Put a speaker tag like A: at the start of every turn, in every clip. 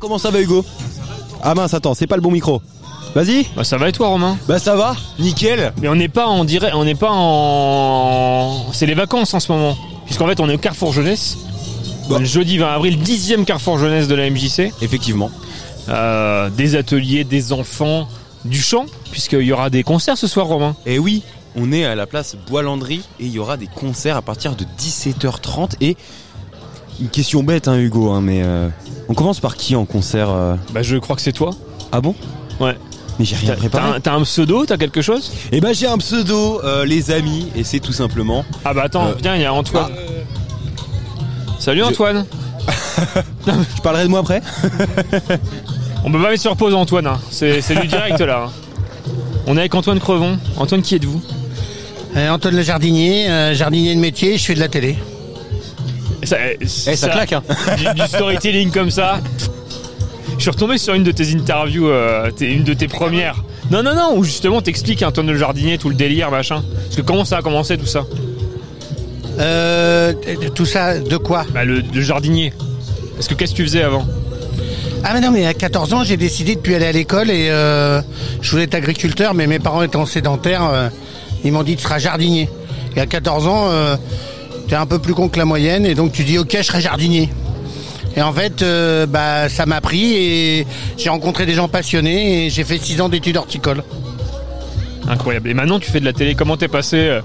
A: Comment ça va Hugo Ah mince attends, c'est pas le bon micro. Vas-y
B: Bah ça va et toi Romain
A: Bah ça va, nickel
B: Mais on n'est pas en direct, on n'est pas en... C'est les vacances en ce moment. Puisqu'en fait on est au Carrefour Jeunesse.
A: Bon.
B: Le jeudi 20 avril, 10e Carrefour Jeunesse de la MJC.
A: Effectivement.
B: Euh, des ateliers, des enfants, du chant, puisqu'il y aura des concerts ce soir Romain.
A: Et Eh oui, on est à la place Boilandry et il y aura des concerts à partir de 17h30 et une question bête hein Hugo hein, mais euh, on commence par qui en concert euh
B: Bah je crois que c'est toi.
A: Ah bon
B: Ouais.
A: Mais j'ai rien
B: T'as- T'as
A: préparé.
B: un, t'as un pseudo, t'as quelque chose
A: Eh ben j'ai un pseudo euh, les amis et c'est tout simplement
B: Ah bah attends,
A: Euh,
B: viens, il y a Antoine. Salut Antoine
A: Je parlerai de moi après
B: On peut pas mettre sur pause Antoine, hein. c'est c'est du direct là. hein. On est avec Antoine Crevon. Antoine qui êtes-vous
C: Euh, Antoine le jardinier, euh, jardinier de métier, je fais de la télé.
B: Ça, eh,
A: Eh ça, claque hein
B: du, du storytelling comme ça. Je suis retombé sur une de tes interviews, euh, t'es- une de tes premières. Non, non, non, où justement t'expliques un tonneau de jardinier, tout le délire, machin. Parce que comment ça a commencé tout ça
C: Euh, tout ça, de quoi
B: Bah, le, le jardinier. Parce que qu'est-ce que tu faisais avant
C: Ah mais non, mais à 14 ans, j'ai décidé de plus aller à l'école et euh, je voulais être agriculteur, mais mes parents étant sédentaires, euh, ils m'ont dit tu seras jardinier. Et à 14 ans, euh, t'es un peu plus con que la moyenne et donc tu dis ok, je serai jardinier. Et en fait, euh, bah ça m'a pris et j'ai rencontré des gens passionnés et j'ai fait 6 ans d'études horticoles.
B: Incroyable. Et maintenant tu fais de la télé. Comment t'es passé euh,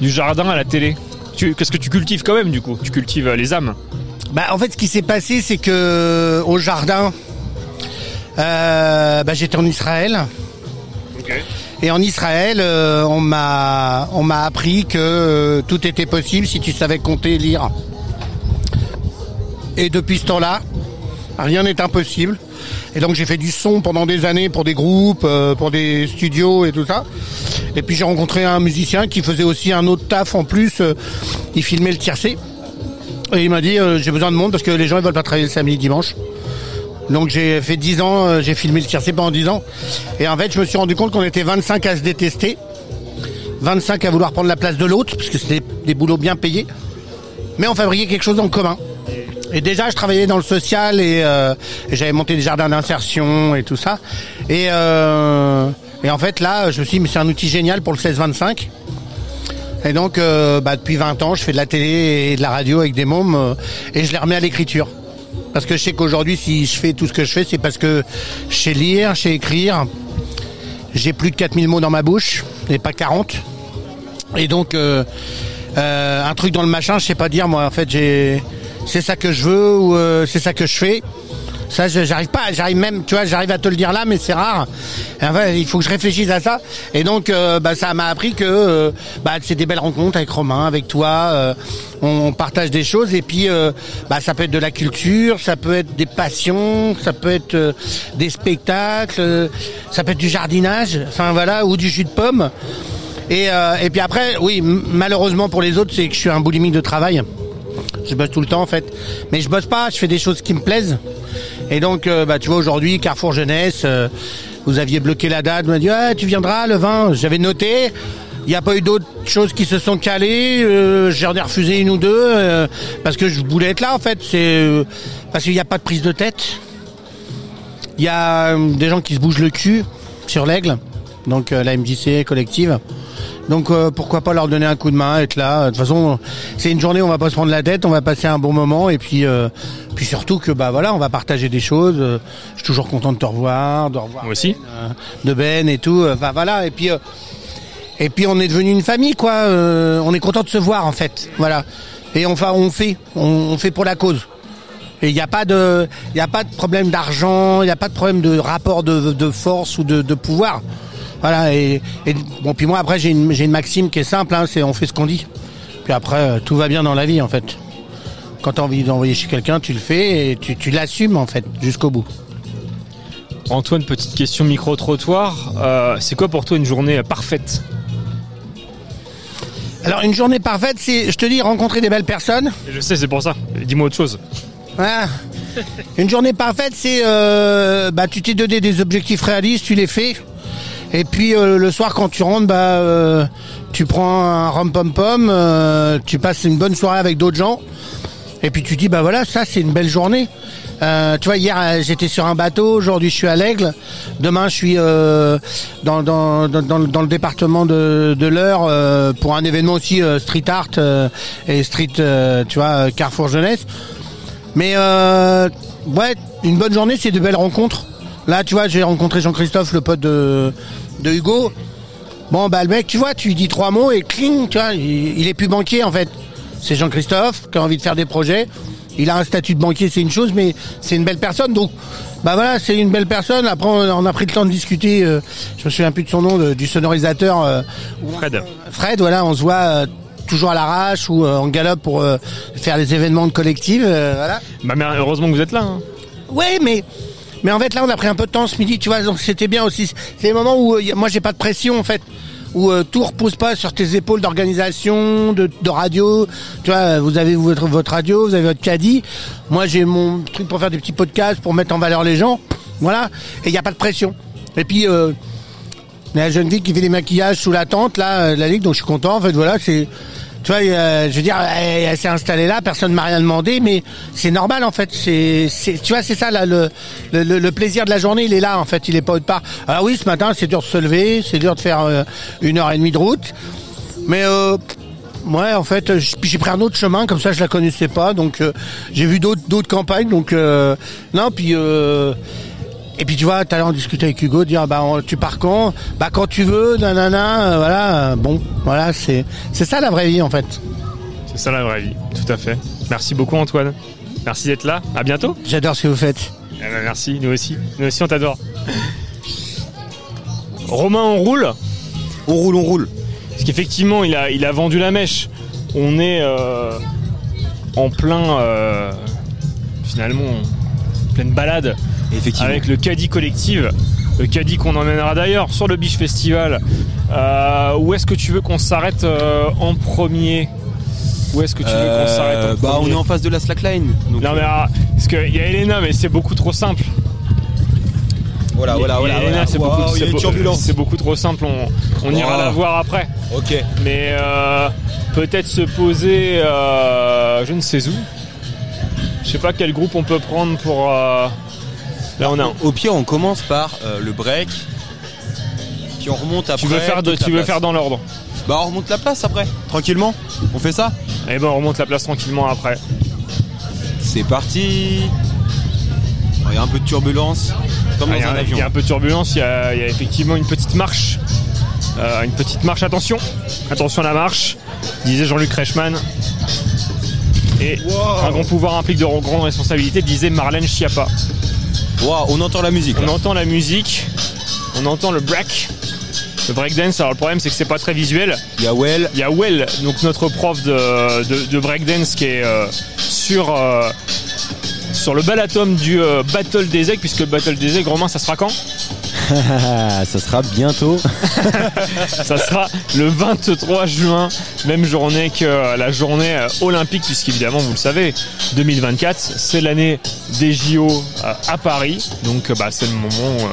B: du jardin à la télé Tu- Qu'est-ce que tu cultives quand même du coup Tu cultives euh, les âmes.
C: Bah en fait ce qui s'est passé c'est que au jardin euh, bah, j'étais en Israël et en Israël euh, on m'a on m'a appris que euh, tout était possible si tu savais compter et lire. Et depuis ce temps-là, rien n'est impossible. Et donc j'ai fait du son pendant des années pour des groupes, euh, pour des studios et tout ça. Et puis j'ai rencontré un musicien qui faisait aussi un autre taf en plus, euh, il filmait le tiercé. Et il m'a dit euh, j'ai besoin de monde parce que les gens ils veulent pas travailler le samedi dimanche. Donc j'ai fait 10 ans, euh, j'ai filmé le tiercé pendant 10 ans. Et en fait je me suis rendu compte qu'on était 25 à se détester, 25 à vouloir prendre la place de l'autre, parce que c'était des boulots bien payés. Mais on fabriquait quelque chose en commun. Et déjà je travaillais dans le social et, euh, et j'avais monté des jardins d'insertion et tout ça. Et, euh, et en fait là je me suis dit mais c'est un outil génial pour le 16-25. Et donc, euh, bah, depuis 20 ans, je fais de la télé et de la radio avec des mômes euh, et je les remets à l'écriture. Parce que je sais qu'aujourd'hui, si je fais tout ce que je fais, c'est parce que je sais lire, je sais écrire. J'ai plus de 4000 mots dans ma bouche et pas 40. Et donc, euh, euh, un truc dans le machin, je sais pas dire, moi, en fait, j'ai, c'est ça que je veux ou euh, c'est ça que je fais. Ça, je- j'arrive pas, j'arrive même, tu vois, j'arrive à te le dire là, mais c'est rare. Et enfin, il faut que je réfléchisse à ça. Et donc, euh, bah, ça m'a appris que euh, bah, c'est des belles rencontres avec Romain, avec toi. euh, on, on partage des choses et puis, euh, bah, ça peut être de la culture, ça peut être des passions, ça peut être euh, des spectacles, euh, ça peut être du jardinage, enfin voilà, ou du jus de pomme. Et, euh, et puis après, oui, m- malheureusement pour les autres, c'est que je suis un boulimique de travail. Je bosse tout le temps en fait. Mais je bosse pas, je fais des choses qui me plaisent. Et donc, euh, bah, tu vois, aujourd'hui, Carrefour Jeunesse, euh, vous aviez bloqué la date, vous m'avez dit, Ah, tu viendras le 20. J'avais noté, il n'y a pas eu d'autres choses qui se sont calées, euh, j'en ai refusé une ou deux, euh, parce que je voulais être là en fait. C'est euh, Parce qu'il n'y a pas de prise de tête. Il y a euh, des gens qui se bougent le cul sur l'aigle, donc euh, la MJC collective. Donc euh, pourquoi pas leur donner un coup de main, être là. De toute façon, c'est une journée, on va pas se prendre la tête, on va passer un bon moment et puis euh, puis surtout que bah voilà, on va partager des choses. Euh, Je suis toujours content de te revoir, de revoir
B: Moi aussi.
C: euh, de Ben et tout. Enfin voilà. Et puis euh, et puis on est devenu une famille quoi. Euh, on est content de se voir en fait. Voilà. Et enfin on fait, on, on fait pour la cause. Et il n'y a pas de, il y a pas de problème d'argent, il n'y a pas de problème de rapport de, de force ou de, de pouvoir. Voilà. Et, et bon puis moi après j'ai une, j'ai une maxime qui est simple, hein, c'est on fait ce qu'on dit. Puis après euh, tout va bien dans la vie en fait. Quand t'as envie d'envoyer chez quelqu'un, tu le fais et tu, tu l'assumes en fait jusqu'au bout.
B: Antoine, petite question micro-trottoir. Euh, c'est quoi pour toi une journée parfaite
C: Alors une journée parfaite, c'est, je te dis, rencontrer des belles personnes.
B: Je sais, c'est pour ça. Dis-moi autre chose.
C: Voilà. Hein Une journée parfaite, c'est euh, bah tu t'es donné des objectifs réalistes, tu les fais. Et puis euh, le soir quand tu rentres, bah euh, tu prends un rom pom pom, tu passes une bonne soirée avec d'autres gens. Et puis tu dis bah voilà, ça c'est une belle journée. Euh, Euh, tu vois, hier euh, j'étais sur un bateau, aujourd'hui je suis à l'Aigle, demain je suis euh, dans, dans, dans, dans le- dans le département de, de l'Eure euh, pour un événement aussi euh, street art euh, et street, euh, tu vois, euh, Carrefour Jeunesse. Mais euh, ouais, une bonne journée, c'est de belles rencontres. Là, tu vois, j'ai rencontré Jean-Christophe, le pote de, de Hugo. Bon, bah le mec, tu vois, tu lui dis trois mots et cling, tu vois, il, il est plus banquier en fait. C'est Jean-Christophe qui a envie de faire des projets. Il a un statut de banquier, c'est une chose, mais c'est une belle personne. Donc, bah voilà, c'est une belle personne. Après, on on a pris le temps de discuter. euh, je me souviens plus de son nom, de- du sonorisateur. euh,
B: Fred.
C: Fred, voilà, on se voit euh, toujours à l'arrache ou euh, en galop pour euh, faire des événements de collective. euh, voilà.
B: Bah, mais heureusement que vous êtes là. hein.
C: Ouais, mais mais en fait là on a pris un peu de temps ce midi, tu vois, donc c'était bien aussi. C'est les moments où euh, y a- moi j'ai pas de pression en fait, où euh, tout repose pas sur tes épaules d'organisation, de, de radio. Tu vois, euh, vous avez votre votre radio, vous avez votre caddie. Moi j'ai mon truc pour faire des petits podcasts, pour mettre en valeur les gens, voilà. Et il y a pas de pression. Et puis euh, la jeune fille qui fait des maquillages sous la tente là, euh, de la ligue, donc je suis content. En fait, voilà, c'est tu vois, euh, je veux dire, elle, elle s'est installée là, personne m'a rien demandé, mais c'est normal en fait. C'est, c'est- tu vois, c'est ça là, le, le, le- le plaisir de la journée, il est là en fait, il est pas autre part. Alors oui, ce matin, c'est dur de se lever, c'est dur de faire euh, une heure et demie de route, mais euh, Ouais, en fait, j- puis j'ai pris un autre chemin, comme ça je la connaissais pas, donc euh, j'ai vu d'autres d'autres campagnes, donc euh, non, puis euh, et puis tu vois, tout à l'heure on discutait avec Hugo, dire bah on- tu pars quand Bah quand tu veux, nanana, euh, voilà, euh, bon, voilà, c'est c'est ça la vraie vie en fait.
B: C'est ça la vraie vie. Tout à fait. Merci beaucoup, Antoine. Merci d'être là. À bientôt.
C: J'adore ce que vous faites.
B: Eh ben, merci, nous aussi. Nous aussi, on t'adore. Romain, on roule
A: On roule, on roule.
B: Parce qu'effectivement, il a, il a vendu la mèche. On est euh, en plein. euh, finalement, en pleine balade
A: Effectivement.
B: avec le caddie collective. Le caddie qu'on emmènera d'ailleurs sur le Beach Festival. Euh, où est-ce que tu veux qu'on s'arrête euh, en premier Où est-ce que tu veux qu'on s'arrête
A: Euh,
B: en
A: bah, on
B: premier
A: est en face de la slackline. Donc,
B: Non, mais ah, parce qu'il y a Elena, mais c'est beaucoup trop simple.
A: voilà, Ah, voilà,
B: Et
A: voilà.
B: Elena,
A: voilà.
B: c'est
A: Waouh,
B: beaucoup,
A: il y a
B: c'est
A: une
B: beau-
A: turbulence.
B: c'est beaucoup trop simple. On, on ira
A: Waouh.
B: la voir après.
A: Ok.
B: Mais euh, peut-être se poser, euh, je ne sais où. Je sais pas quel groupe on peut prendre pour. euh, Là, on a.
A: Au pire, on commence par euh, le break. Puis on remonte après.
B: Tu veux faire, de-
A: toute la
B: tu veux
A: place.
B: faire dans l'ordre.
A: Bah, on remonte la place après. Tranquillement. On fait ça
B: Et ben, on remonte la place tranquillement après.
A: C'est parti. Oh, Il y a un peu de turbulence. C'est comme
B: Ah,
A: dans
B: Il y,
A: un
B: a-
A: avion.
B: il y a un peu de turbulence, il y, a il y a effectivement une petite marche. Euh, une petite marche, attention, attention à la marche, disait Jean-Luc Reichmann. Et
A: Wow.
B: un grand pouvoir implique de grandes responsabilités, disait Marlène Schiappa.
A: Waouh, on entend la musique.
B: On
A: là.
B: entend la musique, on entend le break, le breakdance. Alors le problème c'est que c'est pas très visuel.
A: Il y a Well.
B: Il y a Well, donc notre prof de, de- de breakdance qui est euh, sur, euh, sur le balatome du euh, Battle des Aigles, puisque le Battle des Aigles, Romain, ça sera quand
A: Ah, ça sera bientôt.
B: Ça sera le 23 juin, même journée que euh, la journée euh, olympique, puisqu'évidemment, vous le savez, 2024, c'est l'année des JO euh, à Paris. Donc, euh, bah, c'est le moment. euh,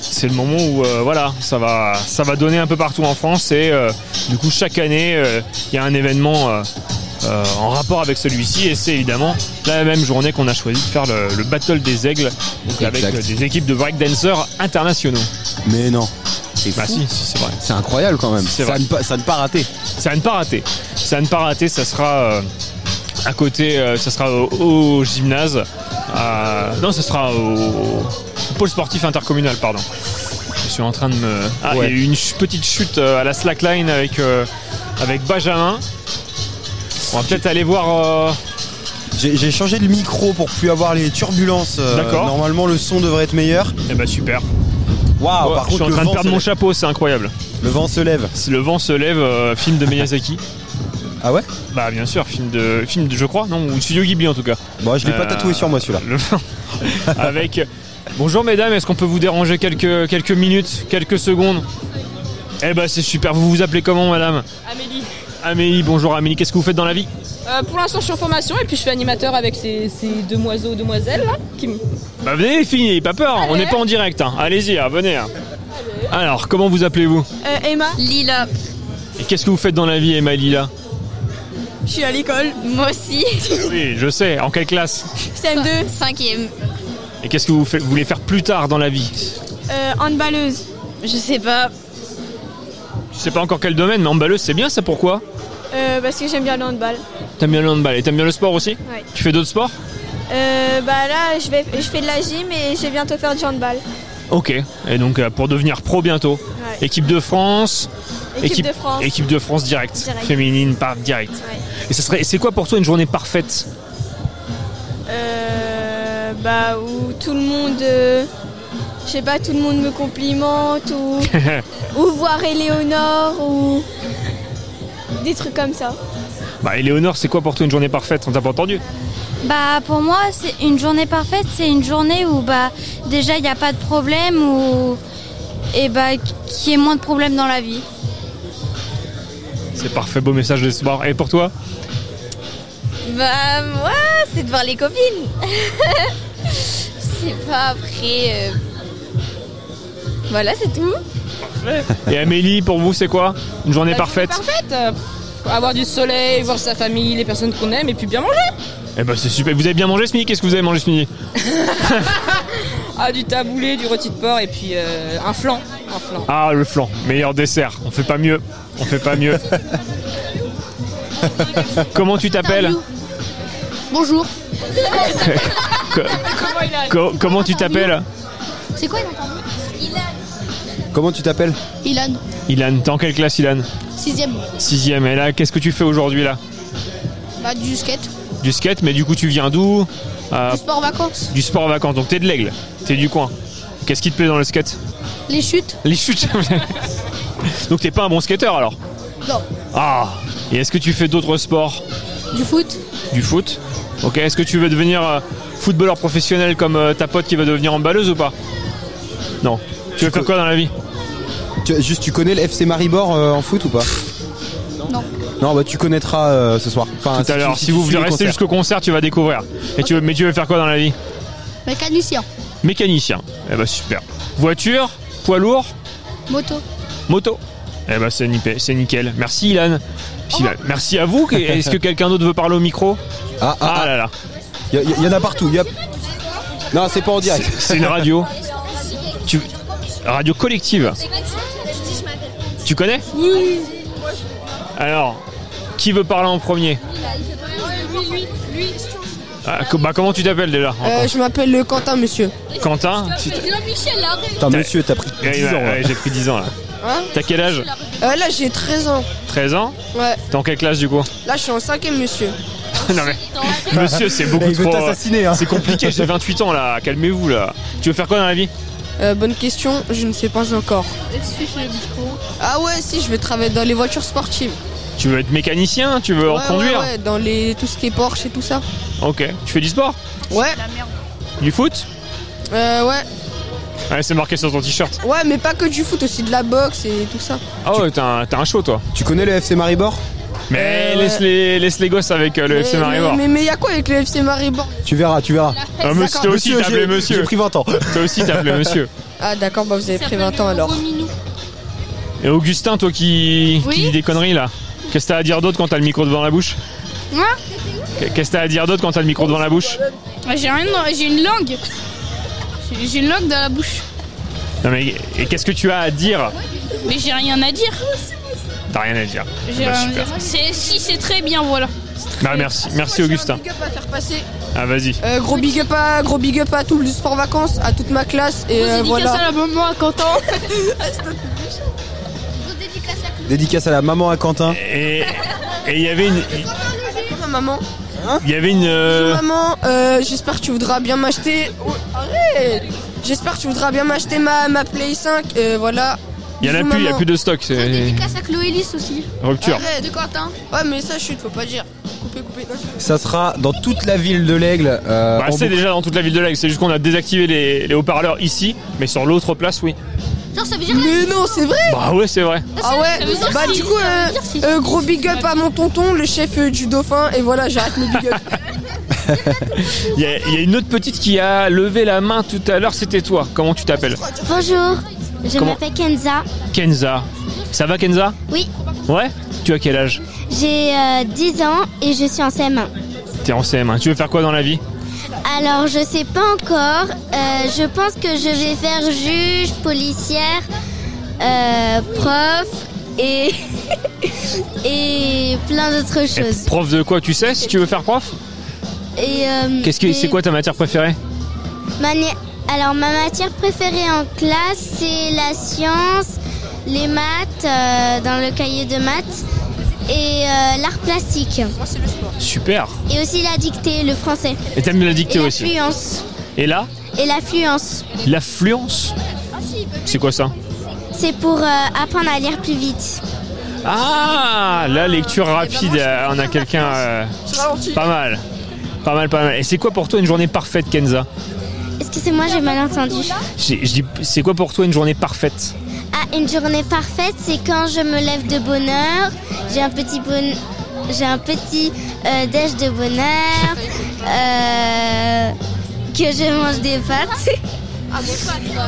B: c'est le moment où euh, voilà, ça va, ça va donner un peu partout en France et euh, du coup chaque année euh, il y a un événement euh, euh, en rapport avec celui-ci et c'est évidemment la même journée qu'on a choisi de faire le, le battle des aigles donc avec
A: Exact.
B: euh, des équipes de breakdancers internationaux.
A: Mais non. C'est
B: Bah
A: fou.
B: si, si, c'est vrai.
A: C'est incroyable quand même.
B: C'est
A: Ça
B: vrai.
A: ne pas- ça ne pas rater.
B: C'est à ne pas rater. C'est à ne pas rater, ça sera euh, à côté, euh, ça sera au, au gymnase. à- non, ça sera au, au pôle sportif intercommunal, pardon. Je suis en train de me. Ah, il y a
A: Ouais.
B: eu une ch- petite chute euh, à la slackline avec, euh, avec Benjamin. On va peut-être aller voir. euh,
A: J'ai j'ai changé de micro pour plus avoir les turbulences. euh,
B: D'accord.
A: Normalement, le son devrait être meilleur.
B: Eh ben super.
A: Waouh,
B: Ouais,
A: Ah, par
B: je suis
A: contre,
B: en
A: le
B: train de
A: vent,
B: perdre
A: se
B: mon
A: lève.
B: chapeau, c'est incroyable.
A: le vent se lève.
B: Si Le vent se lève, euh, film de Miyazaki.
A: Ah ouais
B: bah bien sûr, film de, film de, je crois, non, ou Studio Ghibli en tout cas.
A: Bon, je l'ai pas
B: Euh,
A: tatoué sur moi celui-là.
B: Le vin. Avec. Bonjour mesdames, est-ce qu'on peut vous déranger quelques, quelques minutes, quelques secondes Eh ben c'est super, vous vous appelez comment madame
D: Amélie.
B: Amélie, bonjour Amélie, qu'est-ce que vous faites dans la vie
D: Euh, pour l'instant, je suis en formation et puis je suis animateur avec ces, ces demoiseaux, demoiselles là. Qui me-
B: Bah venez les filles, n'ayez pas peur, on
D: Allez.
B: n'est pas en direct, hein. allez-y, hein, venez. hein. Alors, comment
E: Euh,
B: vous appelez-vous
F: Emma Lila.
B: Et qu'est-ce que vous faites dans la vie Emma et Lila
F: Je suis à l'école.
E: Moi aussi.
B: Oui, je sais. En quelle classe
F: CM2,
E: Cinquième.
B: Et qu'est-ce que vous faites- vous voulez faire plus tard dans la vie
F: euh, handballeuse.
E: Je sais pas.
B: Je sais pas encore quel domaine, mais handballeuse, c'est bien ça. Pourquoi
F: Euh, parce que j'aime bien le handball.
B: T'aimes bien le handball et t'aimes bien le sport aussi
F: Ouais.
B: Tu fais d'autres sports
F: Euh, bah là, je, vais, je fais de la gym et je vais bientôt faire du handball.
B: Ok. Et donc euh, pour devenir pro bientôt.
F: Ouais.
B: Équipe de France.
F: Équipe, de France.
B: Équipe de France direct.
F: Direct.
B: Féminine par direct.
F: Ouais.
B: Et ça serait. C'est quoi pour toi une journée parfaite
F: Euh, bah où tout le monde, euh, je sais pas, tout le monde me complimente ou, ou voir Éléonore ou des trucs comme ça.
B: Bah, Éléonore, c'est quoi pour toi une journée parfaite On t'a pas entendu
G: Bah pour moi c'est une journée parfaite, c'est une journée où bah déjà il n'y a pas de problème ou et bah qu'il y ait moins de problèmes dans la vie.
B: C'est parfait, beau message d'espoir. Et pour toi
E: Bah moi, c'est de voir les copines. Je sais pas après. euh, Voilà, c'est tout.
B: Et Amélie, pour vous, c'est quoi
F: Bah,
B: Une
D: Bah,
B: journée parfaite
D: Parfaite euh, Avoir du soleil, voir sa famille, les personnes qu'on aime et puis bien manger.
B: Eh ben, c'est super. Vous avez bien mangé ce midi Qu'est-ce que vous avez mangé ce midi
D: Ah, du taboulé, du rôti de porc et puis euh, un flan. Un flan.
B: Ah, le flan, meilleur dessert. On fait pas mieux. On fait pas mieux. Comment tu t'appelles
G: Bonjour.
B: Co- co- Comment tu t'appelles
G: C'est quoi l'interview
A: Comment tu t'appelles
G: Ilan,
B: Ilan, t'es en quelle classe, Ilan
G: 6ème.
B: Sixième. Et là, qu'est-ce que tu fais aujourd'hui là
G: Bah du skate,
B: Du skate, mais du coup, tu viens d'où Euh,
G: sport vacances,
B: Du sport vacances. Donc, t'es de l'aigle. T'es du coin. Qu'est-ce qui te plaît dans le skate
G: les chutes.
B: Les chutes. Donc t'es pas un bon skateur alors
G: Non.
B: Ah. Et est-ce que tu fais d'autres sports
G: Du foot
B: Du foot Ok. Est-ce que tu veux devenir euh, footballeur professionnel comme euh, ta pote qui va devenir emballeuse ou pas Non. Tu veux faire quoi dans la vie
A: Tu- Juste, tu connais le FC Maribor euh, en foot ou pas
G: Non.
A: Non, bah tu connaîtras euh, ce soir. Enfin,
B: Tout à
A: tu-
B: l'heure.
A: si
B: Si
A: tu
B: vous
A: suis
B: voulez
A: les
B: rester
A: concerts.
B: jusqu'au concert, tu vas découvrir. Et tu veux, mais tu veux faire quoi dans la vie
G: Mécanicien,
B: Mécanicien. Eh bah super. Voiture, poids lourd,
G: moto.
B: moto. Eh bah c'est nippé- c'est nickel. Merci Ilan. Puis, bah, merci à vous. Que- Est-ce que quelqu'un d'autre veut parler au micro
A: Ah,
B: Ah
A: ah,
B: là là.
A: ah, y, a- y- y en a partout. y a- Non, c'est pas en direct.
B: C'est une radio. Tu- Radio collective. Tu connais Oui. Alors, qui veut parler en premier Ah, co- bah, comment tu t'appelles déjà
H: Euh,
I: Euh, je m'appelle Quentin, monsieur.
B: Quentin tu t'as-
A: Putain, monsieur, t'as pris
B: Ouais,
A: 10 ans.
B: ouais,
A: là.
B: J'ai pris 10 ans là.
I: Hein
B: T'as quel âge
I: Euh, là, j'ai 13 ans.
B: 13 ans
I: Ouais.
B: T'es en quelle classe du coup
I: Là, je suis en cinquième, monsieur.
B: Non mais. Monsieur, c'est
C: Bah,
B: beaucoup
A: Il veut
B: trop. euh,
A: t'assassiner. hein.
B: C'est compliqué, j'ai 28 ans là, calmez-vous là. Tu veux faire quoi dans la vie
I: Euh, bonne question, je ne sais pas encore. Ah ouais, si, je vais travailler dans les voitures sportives.
B: Tu veux être mécanicien Tu veux
I: Ouais,
B: en conduire
I: ouais, ouais, dans les tout ce qui est Porsche et tout ça.
B: Ok. Tu fais du sport
I: Ouais,
B: Du foot
I: euh, ouais,
B: Ouais, c'est marqué sur ton t-shirt.
I: ouais, mais pas que du foot, aussi de la boxe et tout ça.
B: Ah ouais, t'as un, t'as un show toi.
A: Tu connais le FC Maribor
B: Mais
I: Euh, ouais.
B: laisse, les, laisse les gosses avec euh, le
I: mais,
B: FC Maribor.
I: Mais mais y a quoi avec le FC Maribor
A: Tu verras, tu verras.
B: Ah, monsieur, toi aussi
A: Monsieur,
B: t'appelais
A: j'ai- J'ai
B: monsieur.
A: pris 20 ans.
B: Toi aussi t'appelais monsieur.
I: Ah d'accord, bah vous avez pris 20 ans alors.
B: Et Augustin, toi qui,
E: Oui.
B: qui dit des conneries là, qu'est-ce que t'as à dire d'autre quand t'as le micro devant la bouche
E: Moi
B: Qu'est- Qu'est-ce que t'as à dire d'autre quand t'as le micro devant la bouche
E: Ah, J'ai rien. dans- J'ai une langue. J'ai- J'ai une langue dans la bouche.
B: Non mais et qu'est-ce que tu as à dire
E: Mais j'ai rien à dire.
B: T'as rien à dire.
E: J'ai
B: Bah,
E: rien à
B: super.
E: dire. C'est si c'est très bien voilà.
B: Bah, merci, merci Augustin.
I: Big up à faire passer.
B: Ah vas-y.
I: Euh, gros big up à gros big up à tout le sport vacances, à toute ma classe et euh, voilà.
E: la maman à Quentin.
A: Dédicace à la maman à Quentin.
B: Et et il y avait une
I: Ma maman,
B: il y avait une euh,
I: maman, euh, j'espère que tu voudras bien m'acheter. Oh, arrête J'espère que tu voudras bien m'acheter ma, ma Play 5. euh, voilà.
B: il y en a
I: Bisous,
B: plus, il y a
I: maman.
B: plus de stock, c'est
G: à Chloé Lys aussi.
B: rupture.
I: Arrête.
G: De Quentin.
I: Ouais mais ça chute, faut pas dire. Coupez, coupez. Non,
A: Ça sera dans toute la ville de l'Aigle. euh,
B: Eh. Bah,
A: en
B: c'est
A: boucle.
B: déjà dans toute la ville de l'Aigle, c'est juste qu'on a désactivé les, les haut-parleurs ici, mais sur l'autre place oui.
G: Genre ça veut
I: je- Mais non, c'est vrai.
B: Bah ouais c'est vrai.
I: Ah ouais. Bah du coup, euh, euh, gros big up à mon tonton, le chef euh, du dauphin. Et voilà, j'arrête mes big up.
B: Il y, a- il y a une autre petite qui a levé la main tout à l'heure, c'était toi. Comment tu t'appelles
G: Bonjour, je
B: Comment
G: m'appelle Kenza.
B: Kenza. Ça va Kenza
G: Oui.
B: Ouais Tu as quel âge
J: J'ai euh, 10 ans et je suis en CM1.
B: T'es en CM1. Tu veux faire quoi dans la vie
J: Alors, je sais pas encore. Euh, je pense que je vais faire juge, policière, euh, prof et et plein d'autres
B: Et
J: choses.
B: Eh, Prof de quoi Tu sais si tu veux faire prof
J: Et euh,
B: Qu'est-ce que
J: et
B: c'est quoi ta matière préférée
J: ma na- Alors, ma matière préférée en classe, c'est la science, les maths euh, dans le cahier de maths et euh, l'art plastique.
B: Super.
J: Et aussi la dictée, le français.
B: Et t'aimes la
J: Et
B: dictée aussi.
J: l'affluence.
B: Et là,
J: Et l'affluence.
B: l'affluence. C'est quoi ça
J: C'est pour euh, apprendre à lire plus vite.
B: Ah, la lecture rapide. euh, on a quelqu'un. euh, pas mal. Pas mal, pas mal. Et c'est quoi pour toi une journée parfaite, Kenza
J: Excusez-moi, j'ai mal entendu.
B: J'ai- je dis, C'est quoi pour toi une journée parfaite
J: Ah, une journée parfaite, c'est quand je me lève de bonne heure, j'ai un petit bon... j'ai un petit euh, déj de bonne heure, euh, que je mange des pâtes.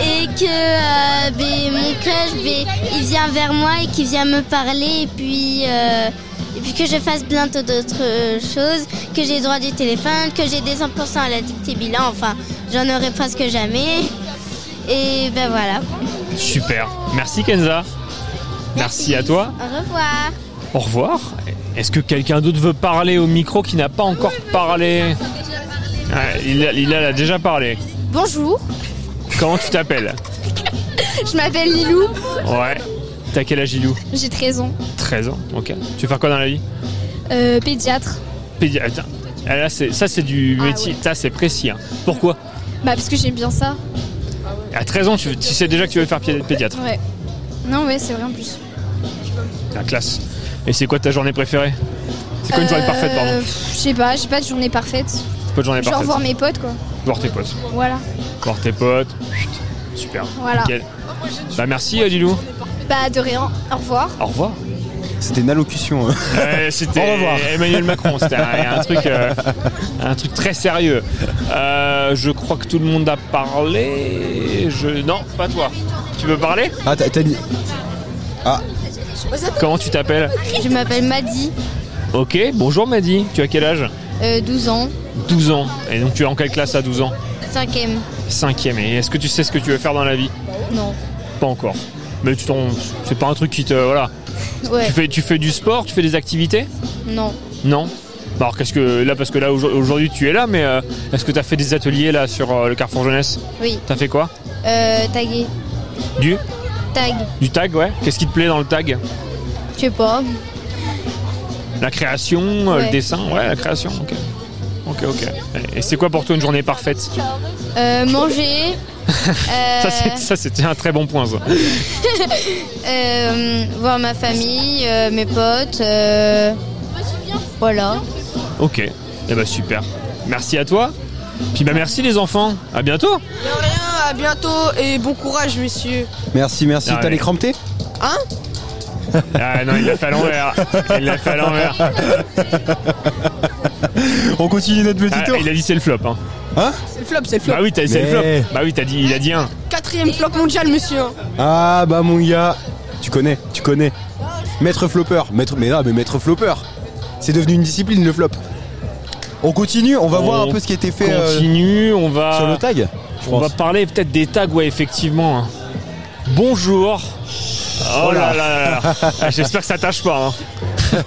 J: Et que euh, ben, mon crush, ben, il vient vers moi et qu'il vient me parler, et puis, euh, et puis que je fasse bientôt d'autres euh, choses, que j'ai droit du téléphone, que j'ai des 100% à la dictée bilan, enfin, j'en aurai presque jamais. Et ben voilà.
B: Super. Merci, Kenza. Merci à toi.
J: Au revoir.
B: Au revoir. Est-ce que quelqu'un d'autre veut parler au micro qui n'a pas encore parlé Ouais, il, a, il a- a déjà parlé.
E: Bonjour,
B: Comment tu t'appelles
E: je m'appelle Lilou,
B: Ouais. T'as quel âge, Ilou
E: j'ai 13 ans,
B: 13 ans, ok. Tu veux faire quoi dans la vie
E: euh, pédiatre.
B: Pédia- Attends. Ah, Là, c'est- ça, c'est du
E: Ah,
B: métier. Ça, c'est précis. hein. Pourquoi
E: Bah parce que j'aime bien ça.
B: À 13 ans, tu, tu sais déjà que tu veux faire pied- pédiatre.
E: Ouais. Non ouais c'est vrai en plus.
B: La classe. Et c'est quoi ta journée préférée C'est quoi une journée
E: Euh,
B: parfaite, pardon
E: pff, Je sais pas, j'ai pas de journée parfaite.
B: C'est pas de journée
E: Genre
B: parfaite.
E: voir mes potes quoi.
B: Voir tes potes.
E: Voilà.
B: Voir tes potes. Chut. Super.
E: Voilà.
B: Nickel. Bah, merci, euh, Lilou.
E: Bah de rien, au revoir.
B: Au revoir.
A: C'était une allocution. euh.
B: Ouais,
A: Au
B: c'était
A: revoir.
B: Emmanuel Macron, c'était un, un truc, euh, un truc très sérieux. Euh, je crois que tout le monde a parlé. Je... Non, pas toi. Tu veux parler
A: Ah, t'as t'as dit.
B: Comment tu t'appelles
E: Je m'appelle Maddy,
B: Ok, bonjour Maddy. Tu as quel âge
E: 12 euh, ans,
B: 12 ans. Et donc tu es en quelle classe à 12 ans
E: 5ème.
B: Cinquième. Et est-ce que tu sais ce que tu veux faire dans la vie
E: Non.
B: Pas encore. Mais tu t'en... c'est pas un truc qui te... Voilà.
E: Ouais,
B: Tu, fais, tu fais du sport Tu fais des activités
E: non.
B: Non Bah, Alors qu'est-ce que... Là, parce que là, aujourd'hui- aujourd'hui, tu es là, mais euh, est-ce que tu as fait des ateliers là sur euh, le Carrefour Jeunesse
E: Oui.
B: T'as fait quoi
E: Euh, taguer.
B: Du
E: Tag.
B: Du tag, ouais. Qu'est-ce qui te plaît dans le tag
E: Je sais pas.
B: La création, euh, le
E: Ouais.
B: dessin Ouais, la création, ok. Ok, ok. Et c'est quoi pour toi une journée parfaite
E: Euh, manger. euh,
B: Ça, c'est- Ça, c'était un très bon point, ça.
E: euh, voir ma famille, euh, mes potes. euh, voilà.
B: Ok. Eh bah, super. Merci à toi. Puis bah, merci les enfants. À bientôt.
I: De rien, à bientôt et bon courage, messieurs.
A: Merci, merci.
B: Ah,
A: T'as
B: ouais.
A: les cramptés
B: Ah non, il l'a fait à l'envers. Il l'a fait à l'envers.
A: On continue notre petit
B: Ah,
A: tour.
B: il a dit c'est le flop. Hein.
I: C'est le flop, c'est le flop.
B: Bah oui, t'as dit c'est
A: Mais-
B: le flop. Bah oui, t'as dit, il a dit un.
I: Quatrième flop mondial, monsieur.
A: Ah bah mon gars, tu connais, tu connais. Maître flopper, maître, mais non, mais maître flopper. C'est devenu une discipline le flop. On continue, on va
B: On
A: voir un peu ce qui a été fait euh,
B: Continue, on va.
A: sur le tag. Je
B: On
A: pense.
B: va parler peut-être des tags, ouais, effectivement. hein. Bonjour. Oh là là là là. Ah, J'espère que ça tâche pas. hein.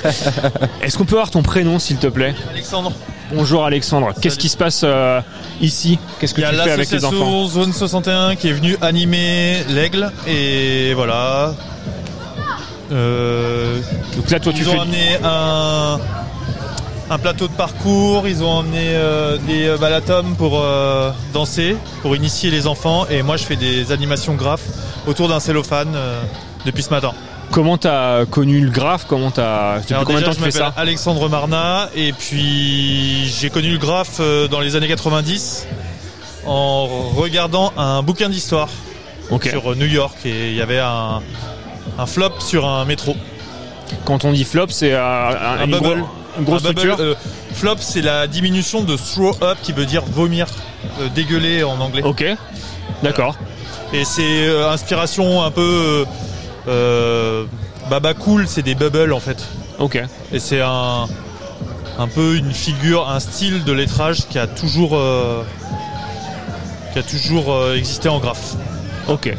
B: Est-ce qu'on peut avoir ton prénom, s'il te plaît
K: Alexandre,
B: Bonjour Alexandre. Qu'est-ce qui se passe euh, ici Qu'est-ce que
K: il y a
B: tu fais avec les enfants
K: l'association Zone 61 qui est venue animer l'aigle et voilà. Euh,
B: Donc là, toi, tu
K: ils
B: fais.
K: ont amené un, un plateau de parcours, ils ont amené euh, des euh, balatomes pour euh, danser, pour initier les enfants et moi je fais des animations graphes autour d'un cellophane euh, depuis ce matin.
B: Comment t'as connu le graphe Comment t'as Depuis
K: Alors
B: combien de
K: déjà,
B: temps tu
K: je
B: fais
K: m'appelle
B: ça
K: Alexandre Marna et puis j'ai connu le graphe euh, dans les années 90 en regardant un bouquin d'histoire
B: Ok.
K: sur euh, New York et il y avait un, un flop sur un métro.
B: Quand on dit flop, c'est euh, un,
K: Un
B: une,
K: bubble.
B: gro- une grosse
K: Un bubble,
B: structure.
K: euh, flop, c'est la diminution de throw up qui veut dire vomir, euh, dégueuler en anglais.
B: Ok. D'accord.
K: Et c'est euh, inspiration un peu euh, euh, baba cool, c'est des bubbles en fait.
B: Ok.
K: Et c'est un, un peu une figure, un style de lettrage qui a toujours, euh, qui a toujours euh, existé en graphe.
B: Ok.